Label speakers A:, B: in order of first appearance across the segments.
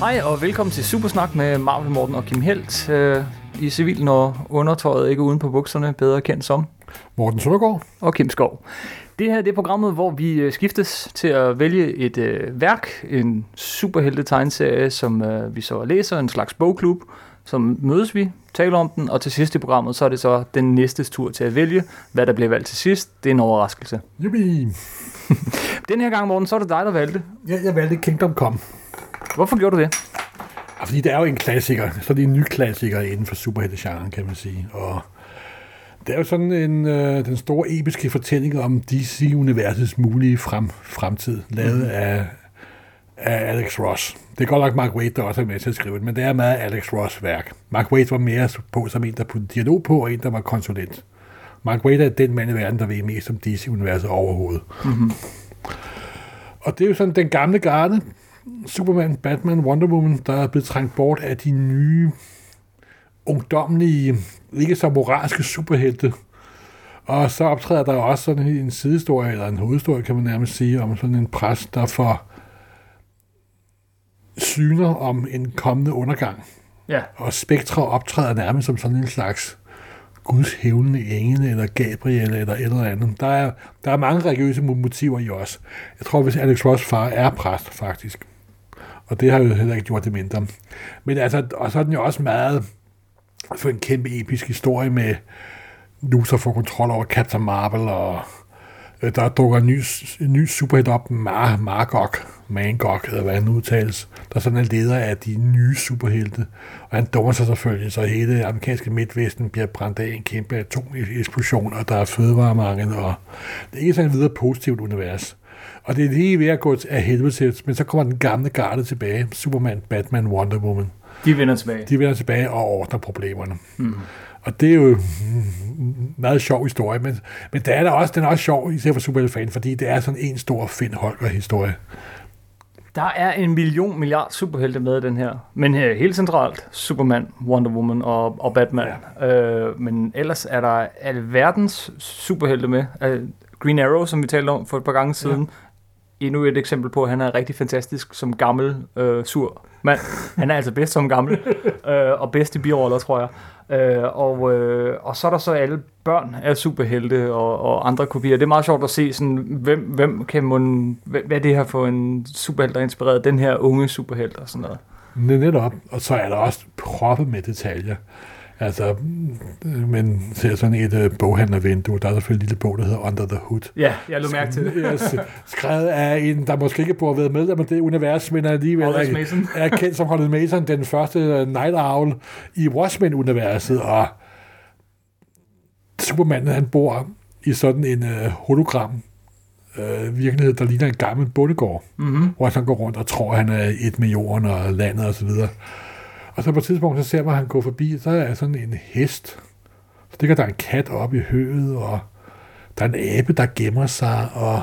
A: Hej og velkommen til Supersnak med Marvel Morten og Kim Helt. Øh, I civil, når undertøjet ikke er uden på bukserne, bedre kendt som.
B: Morten Søndergaard.
A: Og Kim Skov. Det her det er programmet, hvor vi øh, skiftes til at vælge et øh, værk, en superhelte-tegnserie, som øh, vi så læser, en slags bogklub, som mødes vi, taler om den, og til sidst i programmet, så er det så den næstes tur til at vælge, hvad der bliver valgt til sidst. Det er en overraskelse.
B: Yippie.
A: Den her gang, Morten, så er det dig, der valgte.
B: Jeg, jeg valgte Kingdom Come.
A: Hvorfor gjorde du det?
B: Ja, Fordi det er jo en klassiker, så det er en ny klassiker inden for superheltegenren, kan man sige. Og det er jo sådan en, øh, den store episke fortælling om DC-universets mulige frem, fremtid, lavet af, af Alex Ross. Det er godt nok Mark Waid, der også er med til at skrive det, men det er meget Alex Ross' værk. Mark Waid var mere på som en, der puttede dialog på, og en, der var konsulent. Mark Waid er den mand i verden, der ved mest om DC-universet overhovedet. Og det er jo sådan den gamle garde, Superman, Batman, Wonder Woman, der er blevet trængt bort af de nye, ungdomlige, ikke så moralske superhelte. Og så optræder der også sådan en sidehistorie, eller en hovedhistorie, kan man nærmest sige, om sådan en præst, der får syner om en kommende undergang.
A: Ja,
B: Og Spektra optræder nærmest som sådan en slags Guds hævnende engel, eller Gabriel, eller et eller andet. Der er, der er mange religiøse mo- motiver i os. Jeg tror, hvis Alex Ross' far er præst, faktisk. Og det har jo heller ikke gjort det mindre. Men altså, og så er den jo også meget for en kæmpe episk historie med Luthor får kontrol over Captain Marvel, og øh, der dukker en ny, en ny superhelt op, Mar Margok, Mangok, eller hvad han udtales, der sådan er leder af de nye superhelte. Og han dummer sig selvfølgelig, så hele det amerikanske midtvesten bliver brændt af i en kæmpe atomeksplosion, og der er fødevaremangel, og det er ikke sådan et videre positivt univers. Og det er lige ved at gå af helvede til, men så kommer den gamle garde tilbage, Superman, Batman, Wonder Woman.
A: de vender tilbage.
B: De vender tilbage og ordner problemerne. Mm. Og det er jo en meget sjov historie, men, men der er der også, den er også sjov, især for Superman-fan, fordi det er sådan en stor Finn Holger-historie.
A: Der er en million milliard superhelte med i den her. Men her, helt centralt, Superman, Wonder Woman og, og Batman. Ja. Øh, men ellers er der alverdens superhelte med. Øh, Green Arrow, som vi talte om for et par gange siden. Ja. Endnu et eksempel på, at han er rigtig fantastisk som gammel, øh, sur mand. Han er altså bedst som gammel. øh, og bedst i biroller, tror jeg. Øh, og, øh, og så er der så alle børn af superhelte og, og andre kopier. Det er meget sjovt at se, sådan, hvem, hvem kan man, hvad hvad er det her for en superhelt, der inspireret den her unge superhelt og sådan noget.
B: Net- Netop. Og så er der også proppe med detaljer. Altså, øh, man ser sådan et øh, boghandlervindue, der er selvfølgelig en lille bog, der hedder Under the Hood.
A: Ja, jeg lå mærke til det.
B: yes, skrevet af en, der måske ikke burde have været medlem af det univers, men alligevel
A: Hollis
B: er,
A: Mason.
B: er kendt som Hollis Mason, den første øh, Night Owl i Watchmen-universet, og Superman, han bor i sådan en øh, hologram øh, virkelighed, der ligner en gammel bondegård,
A: Mhm.
B: mm-hmm. hvor han sådan går rundt og tror, han er et med jorden og landet osv. Og, så videre. og så på et tidspunkt, så ser man, at han går forbi, så er sådan en hest, så ligger der en kat op i høvet, og der er en abe, der gemmer sig, og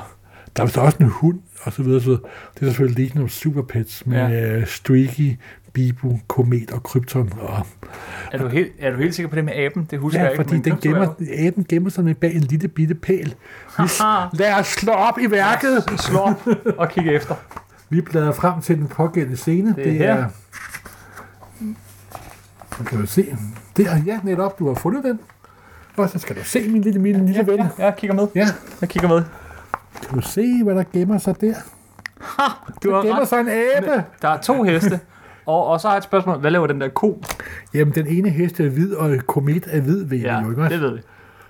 B: der er vist også en hund, og så videre. Så det er selvfølgelig lignende om Super Pets med ja. Streaky, Bibu, Komet og Krypton. Og,
A: Er du, helt, er du helt sikker på det med aben? Det husker
B: ja,
A: jeg ikke.
B: fordi
A: men
B: den
A: Krypto er
B: gemmer,
A: jo-
B: aben gemmer sig med bag en lille bitte pæl. Vi s- Lad os slå op i værket.
A: Slå op og kigge efter.
B: Vi bladrer frem til den pågældende scene.
A: Det er her.
B: Nu kan du se. Der, ja, netop. Du har fundet den. Og så skal du se, min lille, min lille ven.
A: Ja, jeg kigger med.
B: Ja,
A: Jeg kigger med.
B: kan du se, hvad der gemmer sig der?
A: Du
B: Der
A: har
B: gemmer
A: ret.
B: sig en abe.
A: Der er to heste. Og, og så har jeg et spørgsmål. Hvad laver den der ko?
B: Jamen, den ene hest er hvid, og komet er hvid, ved ja, jo ikke
A: det
B: også?
A: ved vi.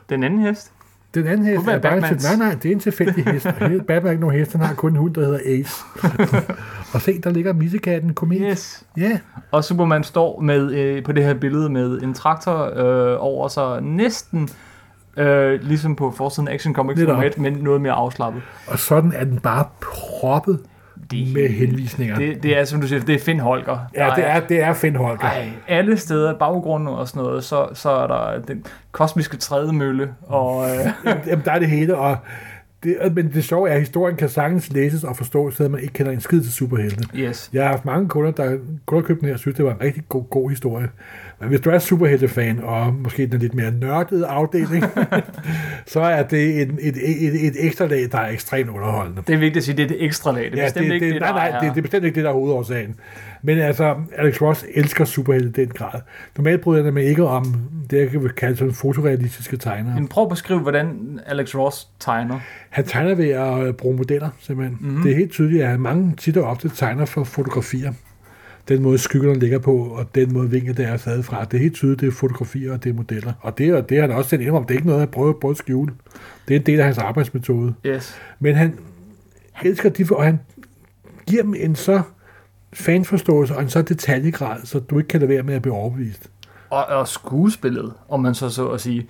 A: Den anden hest?
B: Den anden hest
A: Kunne være
B: er bare til,
A: Batmans.
B: nej, nej, det er en tilfældig hest. Og hele- Batman er ikke nogen hest, han har kun en hund, der hedder Ace. og se, der ligger missekatten, komet.
A: Yes.
B: Ja,
A: Og Superman står med øh, på det her billede med en traktor øh, over sig næsten øh, ligesom på forsiden af Action Comics
B: Lidt
A: nummer
B: op.
A: et, men noget mere afslappet.
B: og sådan er den bare proppet
A: Det-
B: med henvisninger.
A: Det, det er, som du siger, det er Finn Holger.
B: Ja, det er, det er Finn Holger.
A: Ej, alle steder, baggrunden og sådan noget, så, så er der den kosmiske trædemølle, og øh,
B: Jamen, der er det hele, og det, og- men det sjove er, at historien kan sagtens læses og forstås, selvom man ikke kender en skid til superhelte.
A: yes.
B: Jeg har haft mange kunder, der kunder købte den her, og synes, det var en rigtig god, god historie. Men hvis du er superheltefan, og måske den lidt mere nørdede afdeling, så er det en, et, et, et ekstra lag, der er ekstremt underholdende.
A: Det er vigtigt at sige, at det er et ekstra lag. Det er ja, bestemt det, ikke det,
B: nej, nej, det, det er bestemt ikke det, der er hovedårsagen. Men altså, Alex Ross elsker superhelte i den grad. Normalt bryder jeg mig ikke om det, jeg vil kalde sådan fotorealistiske tegnere.
A: Men prøv at beskrive, hvordan Alex Ross tegner.
B: Han tegner ved at øh, bruge modeller, simpelthen. Mm-hmm. Det er helt tydeligt, at han mange tit og ofte tegner for fotografier. Den måde skyggerne ligger på, og den måde vinkel, der er taget fra. Det er helt tydeligt, det er fotografier og det er modeller. Og det, og det har han også selv om. Det er ikke noget, han prøver på at skjule. Det er en del af hans arbejdsmetode.
A: Yes.
B: Men han elsker de, og han giver dem en så fanforståelse og en så detaljegrad, så du ikke kan lade være med at blive overbevist.
A: Og, og skuespillet, om man så så at sige.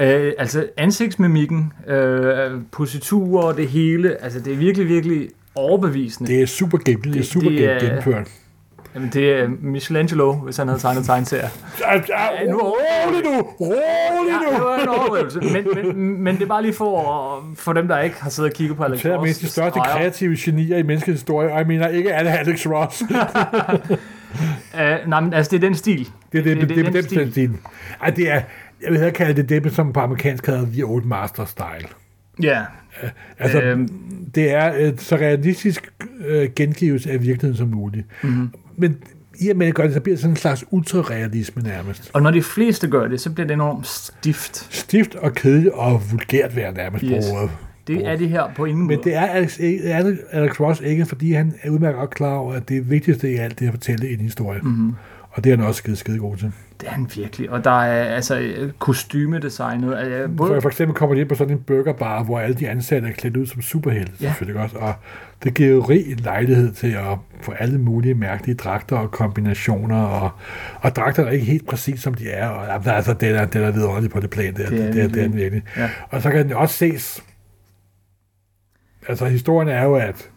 A: Øh, altså ansigtsmimikken, øh, positurer og det hele, altså det er virkelig, virkelig overbevisende.
B: Det er super gennem, det, det er super det er, gennemført.
A: Jamen det er Michelangelo, hvis han havde tegnet tegneserier.
B: Ja, nu rolig nu! Rolig nu!
A: Ja, det var en overvejelse, men, men, men det er bare lige for, for dem, der ikke har siddet og kigget på Alex Ross.
B: Det er mindst de største kreative genier i menneskets historie, og jeg mener ikke alle Alex Ross.
A: uh, nej, men altså det er den stil.
B: Det er, det, det, det, det, det, det, det, den stil. Ej, det er, jeg vil hellere kalde det det, som på amerikansk hedder The Old Master Style.
A: Ja.
B: Yeah. Altså, øhm. det er et så realistisk øh, gengivelse af virkeligheden som muligt. Mm-hmm. Men i og med at gøre det, så bliver det sådan en slags ultrarealisme nærmest.
A: Og når de fleste gør det, så bliver det enormt stift.
B: Stift og kedeligt og vulgært være nærmest yes. på ordet.
A: Det er det her på ingen måde.
B: Men Men det er Alex, Alex, Alex Ross ikke, fordi han er udmærket godt klar over, at det vigtigste i alt, det er at fortælle en historie. Mm-hmm. Og det er han også skide, skide god til.
A: Det er han virkelig. Og der er altså kostymedesignet. Altså,
B: både... For, for eksempel kommer de ind på sådan en burgerbar, hvor alle de ansatte er klædt ud som superhelte, ja. selvfølgelig også. Og det giver jo rig lejlighed til at få alle mulige mærkelige dragter og kombinationer. Og, og dragter er ikke helt præcis, som de er. Og, altså, den er, den er vidunderlig på det plan. Det er, det er, det er, det er den virkelig. Ja. Og så kan den også ses. Altså, historien er jo, at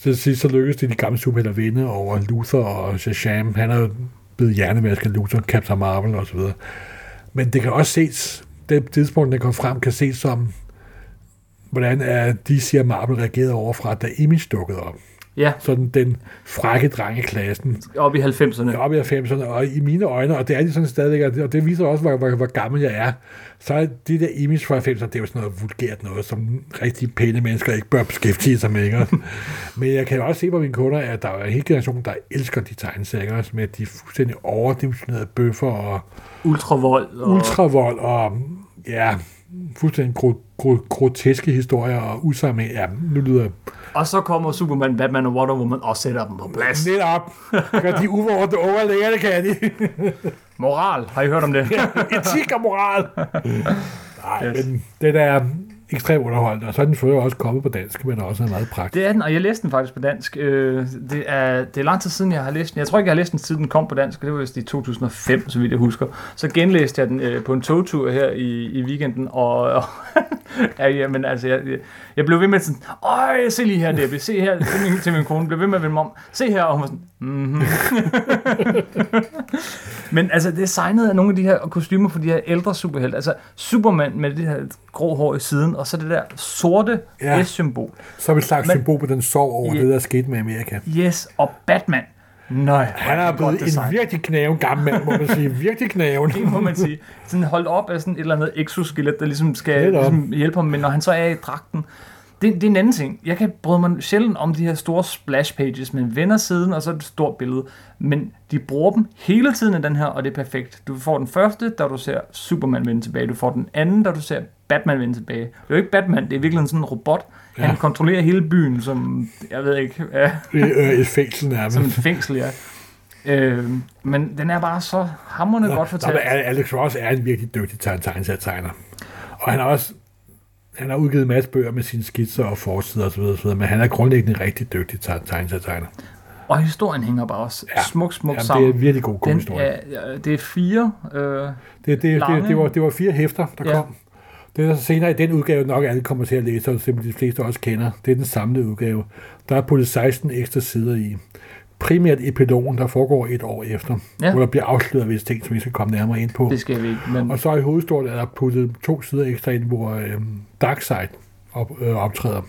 B: til sidst så lykkedes det de gamle superhelte at vinde over Luther og Shazam. Han er blevet hjernevasket Luther, Captain Marvel og så videre. Men det kan også ses, det tidspunkt, der kom frem, kan ses som, hvordan er DC og Marvel reagerede overfra, da Image dukkede op.
A: Ja.
B: Sådan den frække dreng i klassen.
A: Op i 90'erne.
B: Op i 90'erne, og i mine øjne, og det er de sådan stadigvæk, og det viser også, hvor, hvor, hvor gammel jeg er, så er det der image fra 90'erne, det er jo sådan noget vulgært noget, som rigtig pæne mennesker ikke bør beskæftige sig med. Ikke? Men jeg kan jo også se på mine kunder, at der er en hel generation, der elsker de tegneserier, med de fuldstændig overdimensionerede bøffer og...
A: Ultravold.
B: Og... Ultravold og... Ja, fuldstændig gro- gro- groteske historier og usammenhæng. Ja, nu lyder
A: Og så kommer Superman, Batman og Wonder Woman og sætter dem på plads.
B: Lidt op. Gør de uvorte overlæger, det kan de.
A: moral. Har I hørt om det?
B: ja, etik og moral. Nej, yes. men det der ekstremt underholdende, og så er den selvfølgelig også kommet på dansk, men også er meget praktisk.
A: Det er den, og jeg læste den faktisk på dansk. Øh, det, er, det er lang tid siden, jeg har læst den. Jeg tror ikke, jeg har læst den, siden den kom på dansk, og det var vist i 2005, så vidt jeg husker. Så genlæste jeg den øh, på en togtur her i, i weekenden, og, og ja, jamen, altså, jeg, jeg blev ved med sådan, øj, se lige her, Debbie, se her, til min, til min kone, blev ved med at vende om, se her, og hun var sådan, mm-hmm. men altså, designet af nogle af de her kostymer for de her ældre superhelte, altså Superman med det her grå hår i siden, og så det der sorte ja. S-symbol.
B: Som et slags Men, symbol på den sorg over yeah, det, der skete med Amerika.
A: Yes, og Batman. Nej,
B: han er blevet en virkelig knæven gammel mand, må man sige. Virkelig knæven.
A: det må man sige. Sådan holdt op af sådan et eller andet exoskelet, der ligesom skal ligesom hjælpe ham. Men når han så er i dragten, det, det er en anden ting. Jeg kan bryde mig sjældent om de her store splash pages, men vender siden, og så et stort billede. Men de bruger dem hele tiden i den her, og det er perfekt. Du får den første, da du ser Superman vende tilbage. Du får den anden, da du ser Batman vende tilbage. Det er jo ikke Batman, det er virkelig sådan en robot. Ja. Han kontrollerer hele byen, som, jeg ved ikke... Ja.
B: Et, et øh, fængsel nærmest.
A: Som et fængsel, ja. Øh, men den er bare så hammerne godt fortalt. Nå,
B: men Alex Ross er en virkelig dygtig tegner. Og han er også han har udgivet en masse bøger med sine skitser og forsider osv., osv., men han er grundlæggende en rigtig dygtig tegneserietegner.
A: Og historien hænger bare også ja. smuk, smuk Jamen,
B: sammen. det er en virkelig god, god Den, historie.
A: Er, det er fire øh, det,
B: det, det, lange. det, var, det var fire hæfter, der ja. kom. Det er så senere i den udgave, nok alle kommer til at læse, og simpelthen de fleste også kender. Det er den samlede udgave. Der er puttet 16 ekstra sider i. Primært epilogen, der foregår et år efter, ja. hvor der bliver afsløret visse ting, som vi skal komme nærmere ind på.
A: Det skal vi ikke. Men...
B: Og så i hovedstolen er der puttet to sider ekstra ind, hvor øh, Darkseid op, øh, optræder.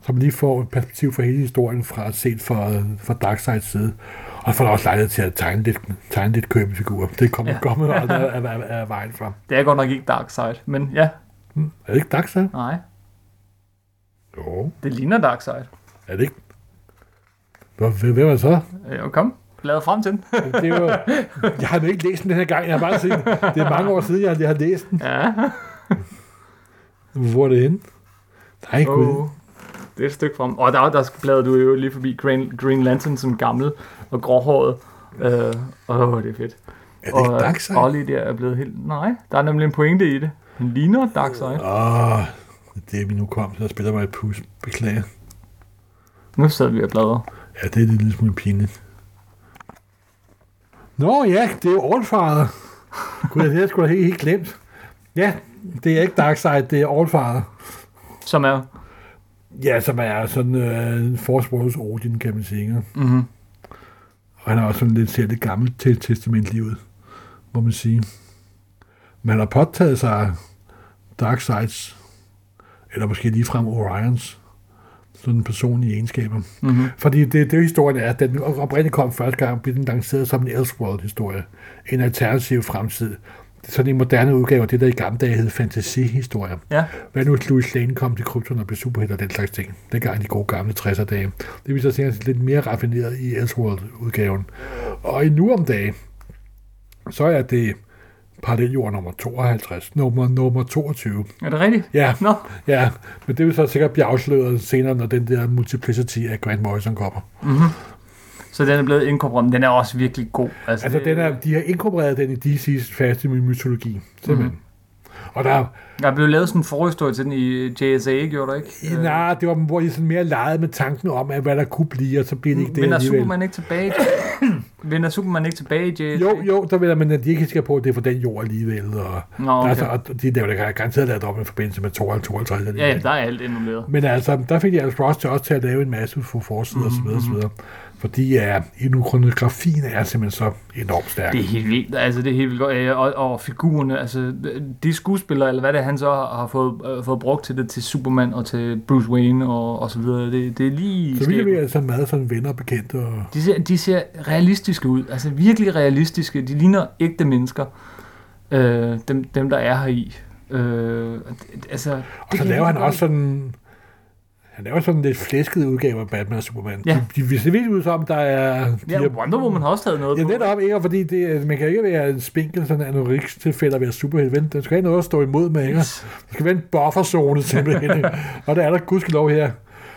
B: Så man lige får et perspektiv for hele historien fra set fra, fra Darkseids side. Og får også lejlighed til at tegne lidt, tegne lidt købefigurer. Det kommer ja. kommer der af, af, af, af, vejen frem.
A: Det er godt nok ikke Darkseid, men ja,
B: Hmm. Er det ikke Darkseid?
A: nej.
B: Jo.
A: Det ligner Darkseid.
B: Er det ikke? Hvor- Hvem hvem er det så?
A: Øh, kom, lad frem til den.
B: Det er jo, jeg har nu ikke læst den den her gang. Jeg har bare set den. Det er mange år siden, jeg, jeg har læst den.
A: ja.
B: Hvor er det henne? Nej, oh. gud.
A: Oh, det er et stykke frem. Og der, der bladrede du jo lige forbi Green, Green Lantern som gammel og gråhåret. Åh, øh, oh, det er fedt.
B: Er det ikke
A: og øh,
B: Darkseid? Åh,
A: Ollie der er blevet helt... Nej, der er nemlig en pointe i det. Han ligner Darkseid.
B: oh, det er min hukommelse, der spiller mig et pus. Beklager.
A: Nu sad vi og bladrede.
B: Ja, det er lidt ligesom lille smule pinligt. Nå ja, det er jo Allfather. Gud, det har jeg sgu da helt, helt glemt. Ja, det er ikke Darkseid, det er Allfather.
A: Som er...
B: Ja, som er sådan øh, en forsporets Odin, kan man sige. ikke?
A: Mm-hmm.
B: Og han er også sådan lidt, ser lidt gammelt til testamentlig ud, må man sige. Men han har påtaget sig Darksides, eller måske ligefrem Orions, sådan personlige egenskaber.
A: Mm-hmm.
B: Fordi det, det historien er, at den oprindeligt kom første gang, blev den lanceret som en Elseworld-historie. En alternativ fremtid. Sådan en moderne udgave af det, der i gamle dage hed fantasihistorie.
A: Ja.
B: Hvad nu, hvis Louis Lane kom til krypton og blev superhelt og den slags ting? Dengang i de gode gamle 60'er dage. Det viser sig senere lidt mere raffineret i Elseworld-udgaven. Og endnu om dagen, så er det paralleljord nummer 52, nummer, nummer 22.
A: Er det rigtigt?
B: Ja,
A: Nå,
B: ja, men det vil så sikkert blive afsløret senere, når den der multiplicity af Grant Morrison kommer.
A: så den er blevet inkorporeret. men Den er også virkelig god.
B: Altså, den er, de har inkorporeret den i DC's faste mytologi, simpelthen. Mm. Og der,
A: Der blev lavet sådan en forhistorie til den i JSA, gjorde der ikke?
B: øh. nej, det var, hvor de sådan mere legede med tanken om, at hvad der kunne blive, og så bliver det ikke det
A: Øh, Vender
B: alligevel.
A: Superman ikke tilbage? Vender Superman ikke tilbage i JSA?
B: Jo, jo, der vil jeg, men at de ikke skal på, at det er for den jord alligevel. Og,
A: Nå, okay.
B: altså, og de laver det garanteret lavet op i forbindelse med 52.
A: Ja, ja, der er alt involveret.
B: Men altså, der fik jeg altså også til, også til at lave en masse for forsider mm-hmm. osv. osv. Fordi ja, ikonografien er simpelthen så enormt stærk.
A: Det er helt vildt, altså det er helt vildt godt. Øh, Og, og figurerne, altså de skuespillere, eller hvad det er, han så har fået, øh, fået brugt til det, til Superman og til Bruce Wayne og, og så videre, det, det er lige...
B: så vi er
A: skægt.
B: vi altså meget sådan venner og bekendte. Og,
A: De ser, de ser realistiske ud, altså virkelig realistiske. De ligner ægte mennesker, øh, dem, dem der er her i. Øh, d- altså,
B: Og så laver han også sådan... Han laver sådan lidt flæskede udgaver af Batman og Superman.
A: Ja.
B: De, de, de ser vildt ud som, der er... De
A: Ja, Wonder Woman har også taget noget
B: Ja,
A: på.
B: netop ikke, og fordi det, er- man kan ikke være en spinkel sådan anorex tilfælde at være superhelt. Vel, Der skal have noget at stå imod med, ikke? Der skal være en bufferzone simpelthen. ikke? og der er der gudskelov her.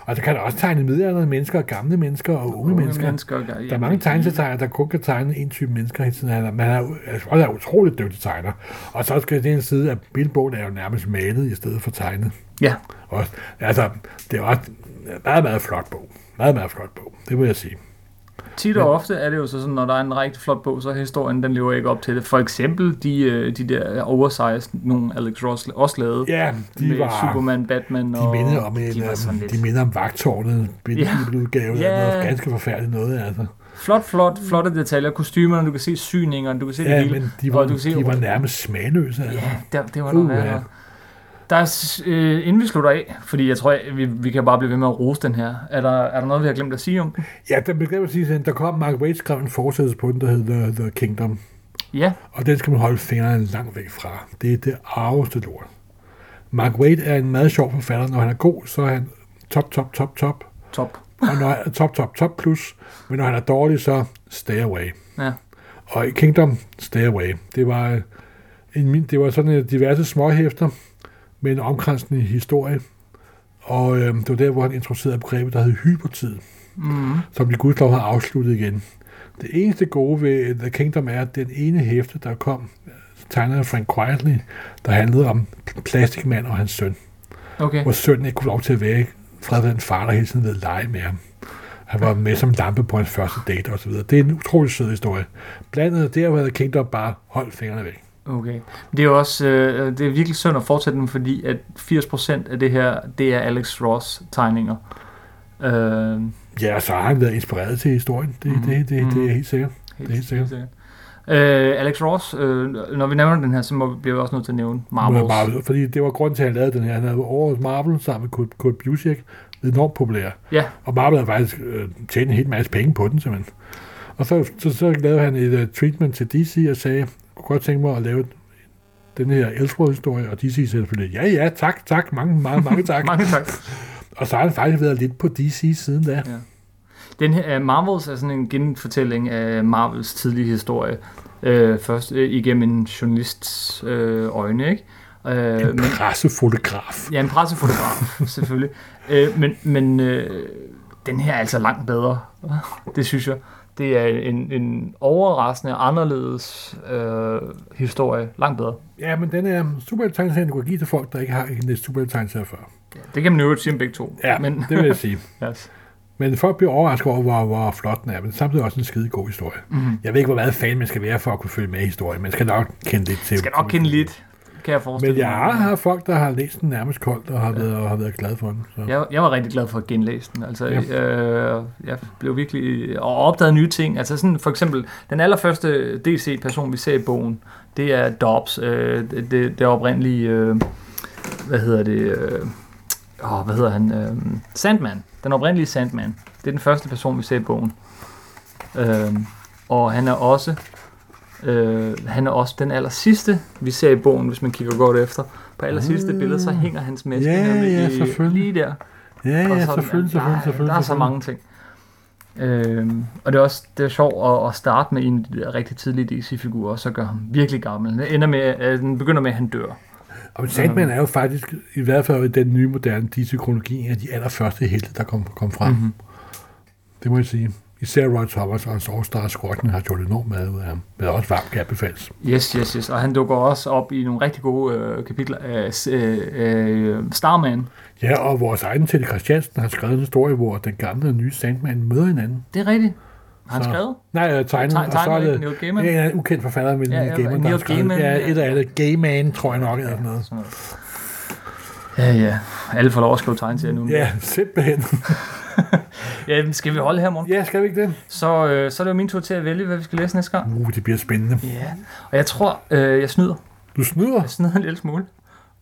B: Og der kan der også tegne midaldrende mennesker, og gamle mennesker og unge,
A: Unge
B: mennesker.
A: mennesker gør-
B: der er
A: jamen,
B: mange
A: de-
B: tegnetegner, der kun kan tegne en type mennesker hele tiden. Han er, man er, jo- altså, også er utroligt dygtig tegner. Og så skal det en side, at billedbogen er jo nærmest malet i stedet for tegnet.
A: Ja,
B: Og, altså, det er også en meget, meget flot bog. Meget, meget flot bog. Det vil jeg sige.
A: Tit og ofte er det jo så sådan, når der er en rigtig flot bog, så er historien, den lever ikke op til det. For eksempel de, øh, de der oversized, nogle Alex Ross også lavede.
B: Ja, de
A: med
B: var...
A: Superman, Batman og...
B: De minder om, en, øhm,
A: de var sådan
B: de,
A: lidt.
B: de minder om vagtårnet, billedudgave, ja.
A: Ja.
B: noget ganske forfærdeligt noget, altså.
A: Flot, flot, flotte detaljer, kostymerne, du kan se syningerne, du kan se det
B: Ja,
A: hele.
B: men de var,
A: og du kan se,
B: de var nærmest smagløse, altså.
A: Ja, der, det var noget
B: Uh,
A: uh,
B: ja.
A: værre. Der er, s- øh, inden vi slutter af, fordi jeg tror, jeg, vi, vi kan bare blive ved med at rose den her. Er der, er der noget, vi har glemt at sige om den?
B: Ja, der blev glemt at sige, at der kom Mark Waid skrev en fortsættelse på den, der hed The, The Kingdom.
A: Ja,
B: Og den skal man holde fingrene langt væk fra. Det er det arveste lort. Mark Waid er en meget sjov forfatter. Når han er god, så er han top, top, top, top.
A: top.
B: Og når han er top, top, top plus. Men når han er dårlig, så stay away.
A: Ja.
B: Og i Kingdom Stairway, det var, øh, en, min- det var sådan øh, diverse småhæfter med en omkransende historie. Og øh, det var der, hvor han introducerede begrebet, der hed hypertid,
A: Mm.
B: som de gudslov har afsluttet igen. Det eneste gode ved øh, The Kingdom er, at den ene hæfte, der kom, øh, tegnet af Frank Quietly, der handlede om plastikmand og hans søn
A: Okay.
B: hvor sønnen ikke kunne lov til at være i fred ved en far, der hele tiden ville lege med ham. Han var med som lampe på hans første date osv. Det er en utrolig sød historie. Blandet der havde Kingdom bare holdt fingrene væk.
A: Okay. Det er jo også øh, det er virkelig synd at fortsætte den, fordi at 80% af det her, det er Alex Ross tegninger. Øh,
B: Ja, og så har han været inspireret til historien. Det, mm. det, det, det er helt sikkert.
A: helt,
B: er helt sikkert.
A: Øh, Alex Ross, øh, når vi nævner den her, så må, bliver vi også nødt til at nævne Marvels.
B: Marvel, fordi det var grunden til, at han lavede den her. Han havde årets Marvel sammen med Kurt, Kurt Busiek. Enormt populær.
A: Ja,
B: Og Marvel havde faktisk øh, tjent en hel masse penge på den, simpelthen. Og så, så, så lavede han et uh, treatment til DC og sagde, jeg kunne godt tænke mig at lave den her Elseworld-historie, og DC sagde selvfølgelig, ja, ja, tak, tak, mange, mange, mange tak.
A: Mange tak.
B: og så har han faktisk været lidt på DC siden da.
A: Ja. Den her, uh, Marvels er sådan en genfortælling af Marvels tidlige historie. Øh, først øh, igennem en journalists øh, øjne, ikke? Øh,
B: En pressefotograf.
A: Ja, en pressefotograf, selvfølgelig. Øh, men men øh, den her er altså langt bedre, det synes jeg. Det er en, en overraskende, anderledes øh, historie. Langt bedre.
B: Ja, men den er supertegneserien, du kan give til folk, der ikke har en supertegneserie før.
A: Det kan man jo sige om begge to.
B: Ja,
A: men,
B: men... det vil jeg sige.
A: yes.
B: Men folk bliver overrasket over, hvor, hvor flot den er, men samtidig også en skide god historie.
A: Mhm.
B: Mm. Jeg ved ikke, hvor meget fan man skal være for at kunne følge med i historien. Man skal nok kende lidt til.
A: Skal nok kende lidt, kan jeg forestille
B: Men jeg
A: mig.
B: har haft folk, der har læst den nærmest koldt og har, ja. været, og har været glad for den. Så. Ja.
A: Jeg, jeg var rigtig glad for at genlæse den. Altså, øh, jeg blev virkelig... Og opdagede nye ting. Altså sådan for eksempel, den allerførste DC-person, vi ser i bogen, det er Dobbs. Øh, det, det, det oprindelige... Øh, hvad hedder det? Øh, åh, hvad hedder han? Øh, Sandman. Den oprindelige Sandman. Det er den første person, vi ser i bogen. Øh, og han er også... Øh, han er også den aller sidste, vi ser i bogen, hvis man kigger godt efter. På aller sidste
B: Ah.
A: billede, så hænger hans maske
B: Ja,
A: nemlig
B: ja,
A: i-
B: selvfølgelig.
A: lige der.
B: Ja,
A: Og
B: ja,
A: så er den-
B: selvfølgelig, selvfølgelig,
A: der,
B: selvfølgelig.
A: Der er så mange ting. Øhm, og det er også det er sjovt at, at starte med en af de der rigtig tidlig DC-figur, og så gør ham virkelig gammel. Den, ender med, øh, den begynder med, at han dør.
B: Og men Sandman er jo faktisk, i hvert fald i den nye moderne DC-kronologi, en af de allerførste helte, der kom, kom frem. Mm-hmm. Det må jeg sige. Især Roy Thomas og hans All-Star Squadron har gjort enormt meget ud af ham. Men også varmt kan jeg befales.
A: Yes, yes, yes. Og han dukker også op i nogle rigtig gode øh, kapitler af s- øh, øh, Starman.
B: Ja, og vores egen Teddy Christiansen har skrevet en historie, hvor den gamle og nye Sandman møder hinanden.
A: Det er rigtigt. Har han
B: Så-
A: skrevet?
B: Nej, jeg tegnet,
A: Tegn-
B: og så
A: tegner
B: er
A: ikke
B: det
A: Neil Gaiman?
B: en eller anden ukendt forfatter, men
A: Ja, ja,
B: ja, Neil Gaiman, der
A: Neil
B: har skrevet.
A: Gaiman,
B: Ja,
A: ja.
B: et eller andet. Gayman, tror jeg nok, eller sådan noget.
A: Sådan noget. Ja, ja. Alle får lov at skrive tegneserier nu.
B: Ja, simpelthen.
A: ja. men Skal vi holde her, morgen?
B: ja, skal vi ikke det?
A: Så, øh, så er det jo min tur til at vælge, hvad vi skal læse næste gang.
B: Uh, det bliver spændende.
A: Ja. Og jeg tror, øh, jeg snyder.
B: Du snyder.
A: Jeg snyder en lille smule.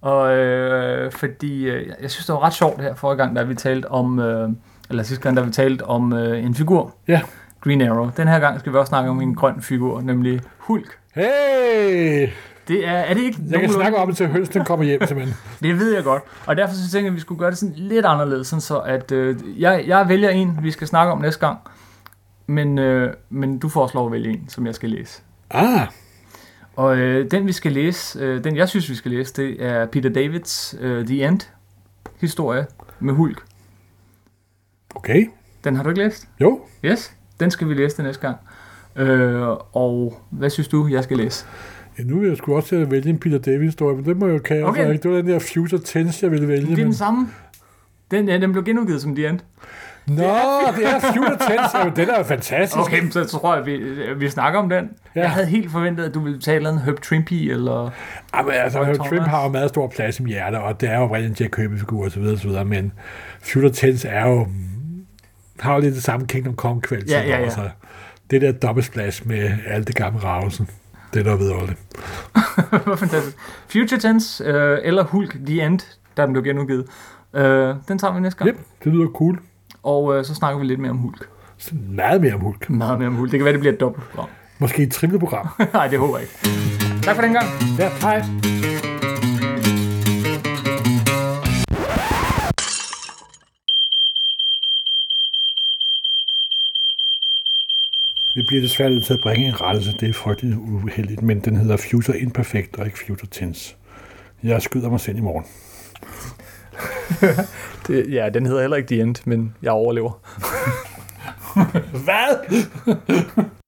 A: Og øh, fordi, øh, jeg synes, det var ret sjovt her forrige gang, da vi talte om, øh, eller sidste gang, da vi talte om øh, en figur,
B: Ja.
A: Green Arrow. Den her gang skal vi også snakke om en grøn figur, nemlig Hulk.
B: Hey!
A: Det er, er det ikke
B: Jeg kan
A: nogenlunde-
B: snakke om det, til hønsen kommer hjem, simpelthen.
A: Det ved jeg godt. Og derfor så tænkte jeg, at vi skulle gøre det sådan lidt anderledes, sådan så at øh, jeg, jeg vælger en, vi skal snakke om næste gang. Men, øh, men du foreslår at vælge en, som jeg skal læse.
B: Ah,
A: Og øh, den vi skal læse, øh, den jeg synes vi skal læse, det er Peter Davids øh, The End historie med Hulk.
B: okay.
A: Den har du ikke læst?
B: Jo,
A: Yes, den skal vi læse den næste gang. Øh, og hvad synes du, jeg skal læse?
B: ja, nu vil jeg sgu også til at vælge en Peter Davis-historie, men det må jeg jo kan jeg
A: Okay.
B: altså ikke. Det var den der Future Tense, jeg ville vælge.
A: Det er
B: men...
A: den samme. Den, ja, den blev genudgivet som The End.
B: Nå, det er Future Tense. Jamen, den er jo fantastisk.
A: Okay, men så tror jeg, at vi, at vi snakker om den. Ja.
B: Ja.
A: Jeg havde helt forventet, at du ville tale om Herb Trimpe, eller...
B: Jamen, altså,
A: Og
B: Høj
A: Thomas.
B: Trim har jo meget stor plads i mit hjerte, og det er jo oprindeligt en Jack Kirby-figur osv., osv., men Future Tense er jo, mm, har jo lidt det samme Kingdom Come kvalitet
A: Ja, ja, ja.
B: Det der dobbeltsplads med alt det gamle ravelse, det er der ved det.
A: Hvor fantastisk. Future Tense, øh, eller Hulk The End, der den blev genudgivet. Øh, den tager vi næste gang.
B: Yep, det lyder cool.
A: Og øh, så snakker vi lidt mere om Hulk.
B: Så meget mere om Hulk.
A: Meget mere om Hulk. Det kan være, det bliver et dobbelt program.
B: Måske et trimleprogram.
A: Nej, det håber jeg ikke. Tak for den gang.
B: ja, hej. Vi bliver desværre nødt til at bringe en rettelse, det er frygteligt uheldigt, men den hedder Future Imperfect og ikke Future Tense. Jeg skyder mig selv i morgen.
A: Det, ja, den hedder heller ikke The End, men jeg overlever.
B: Hvad?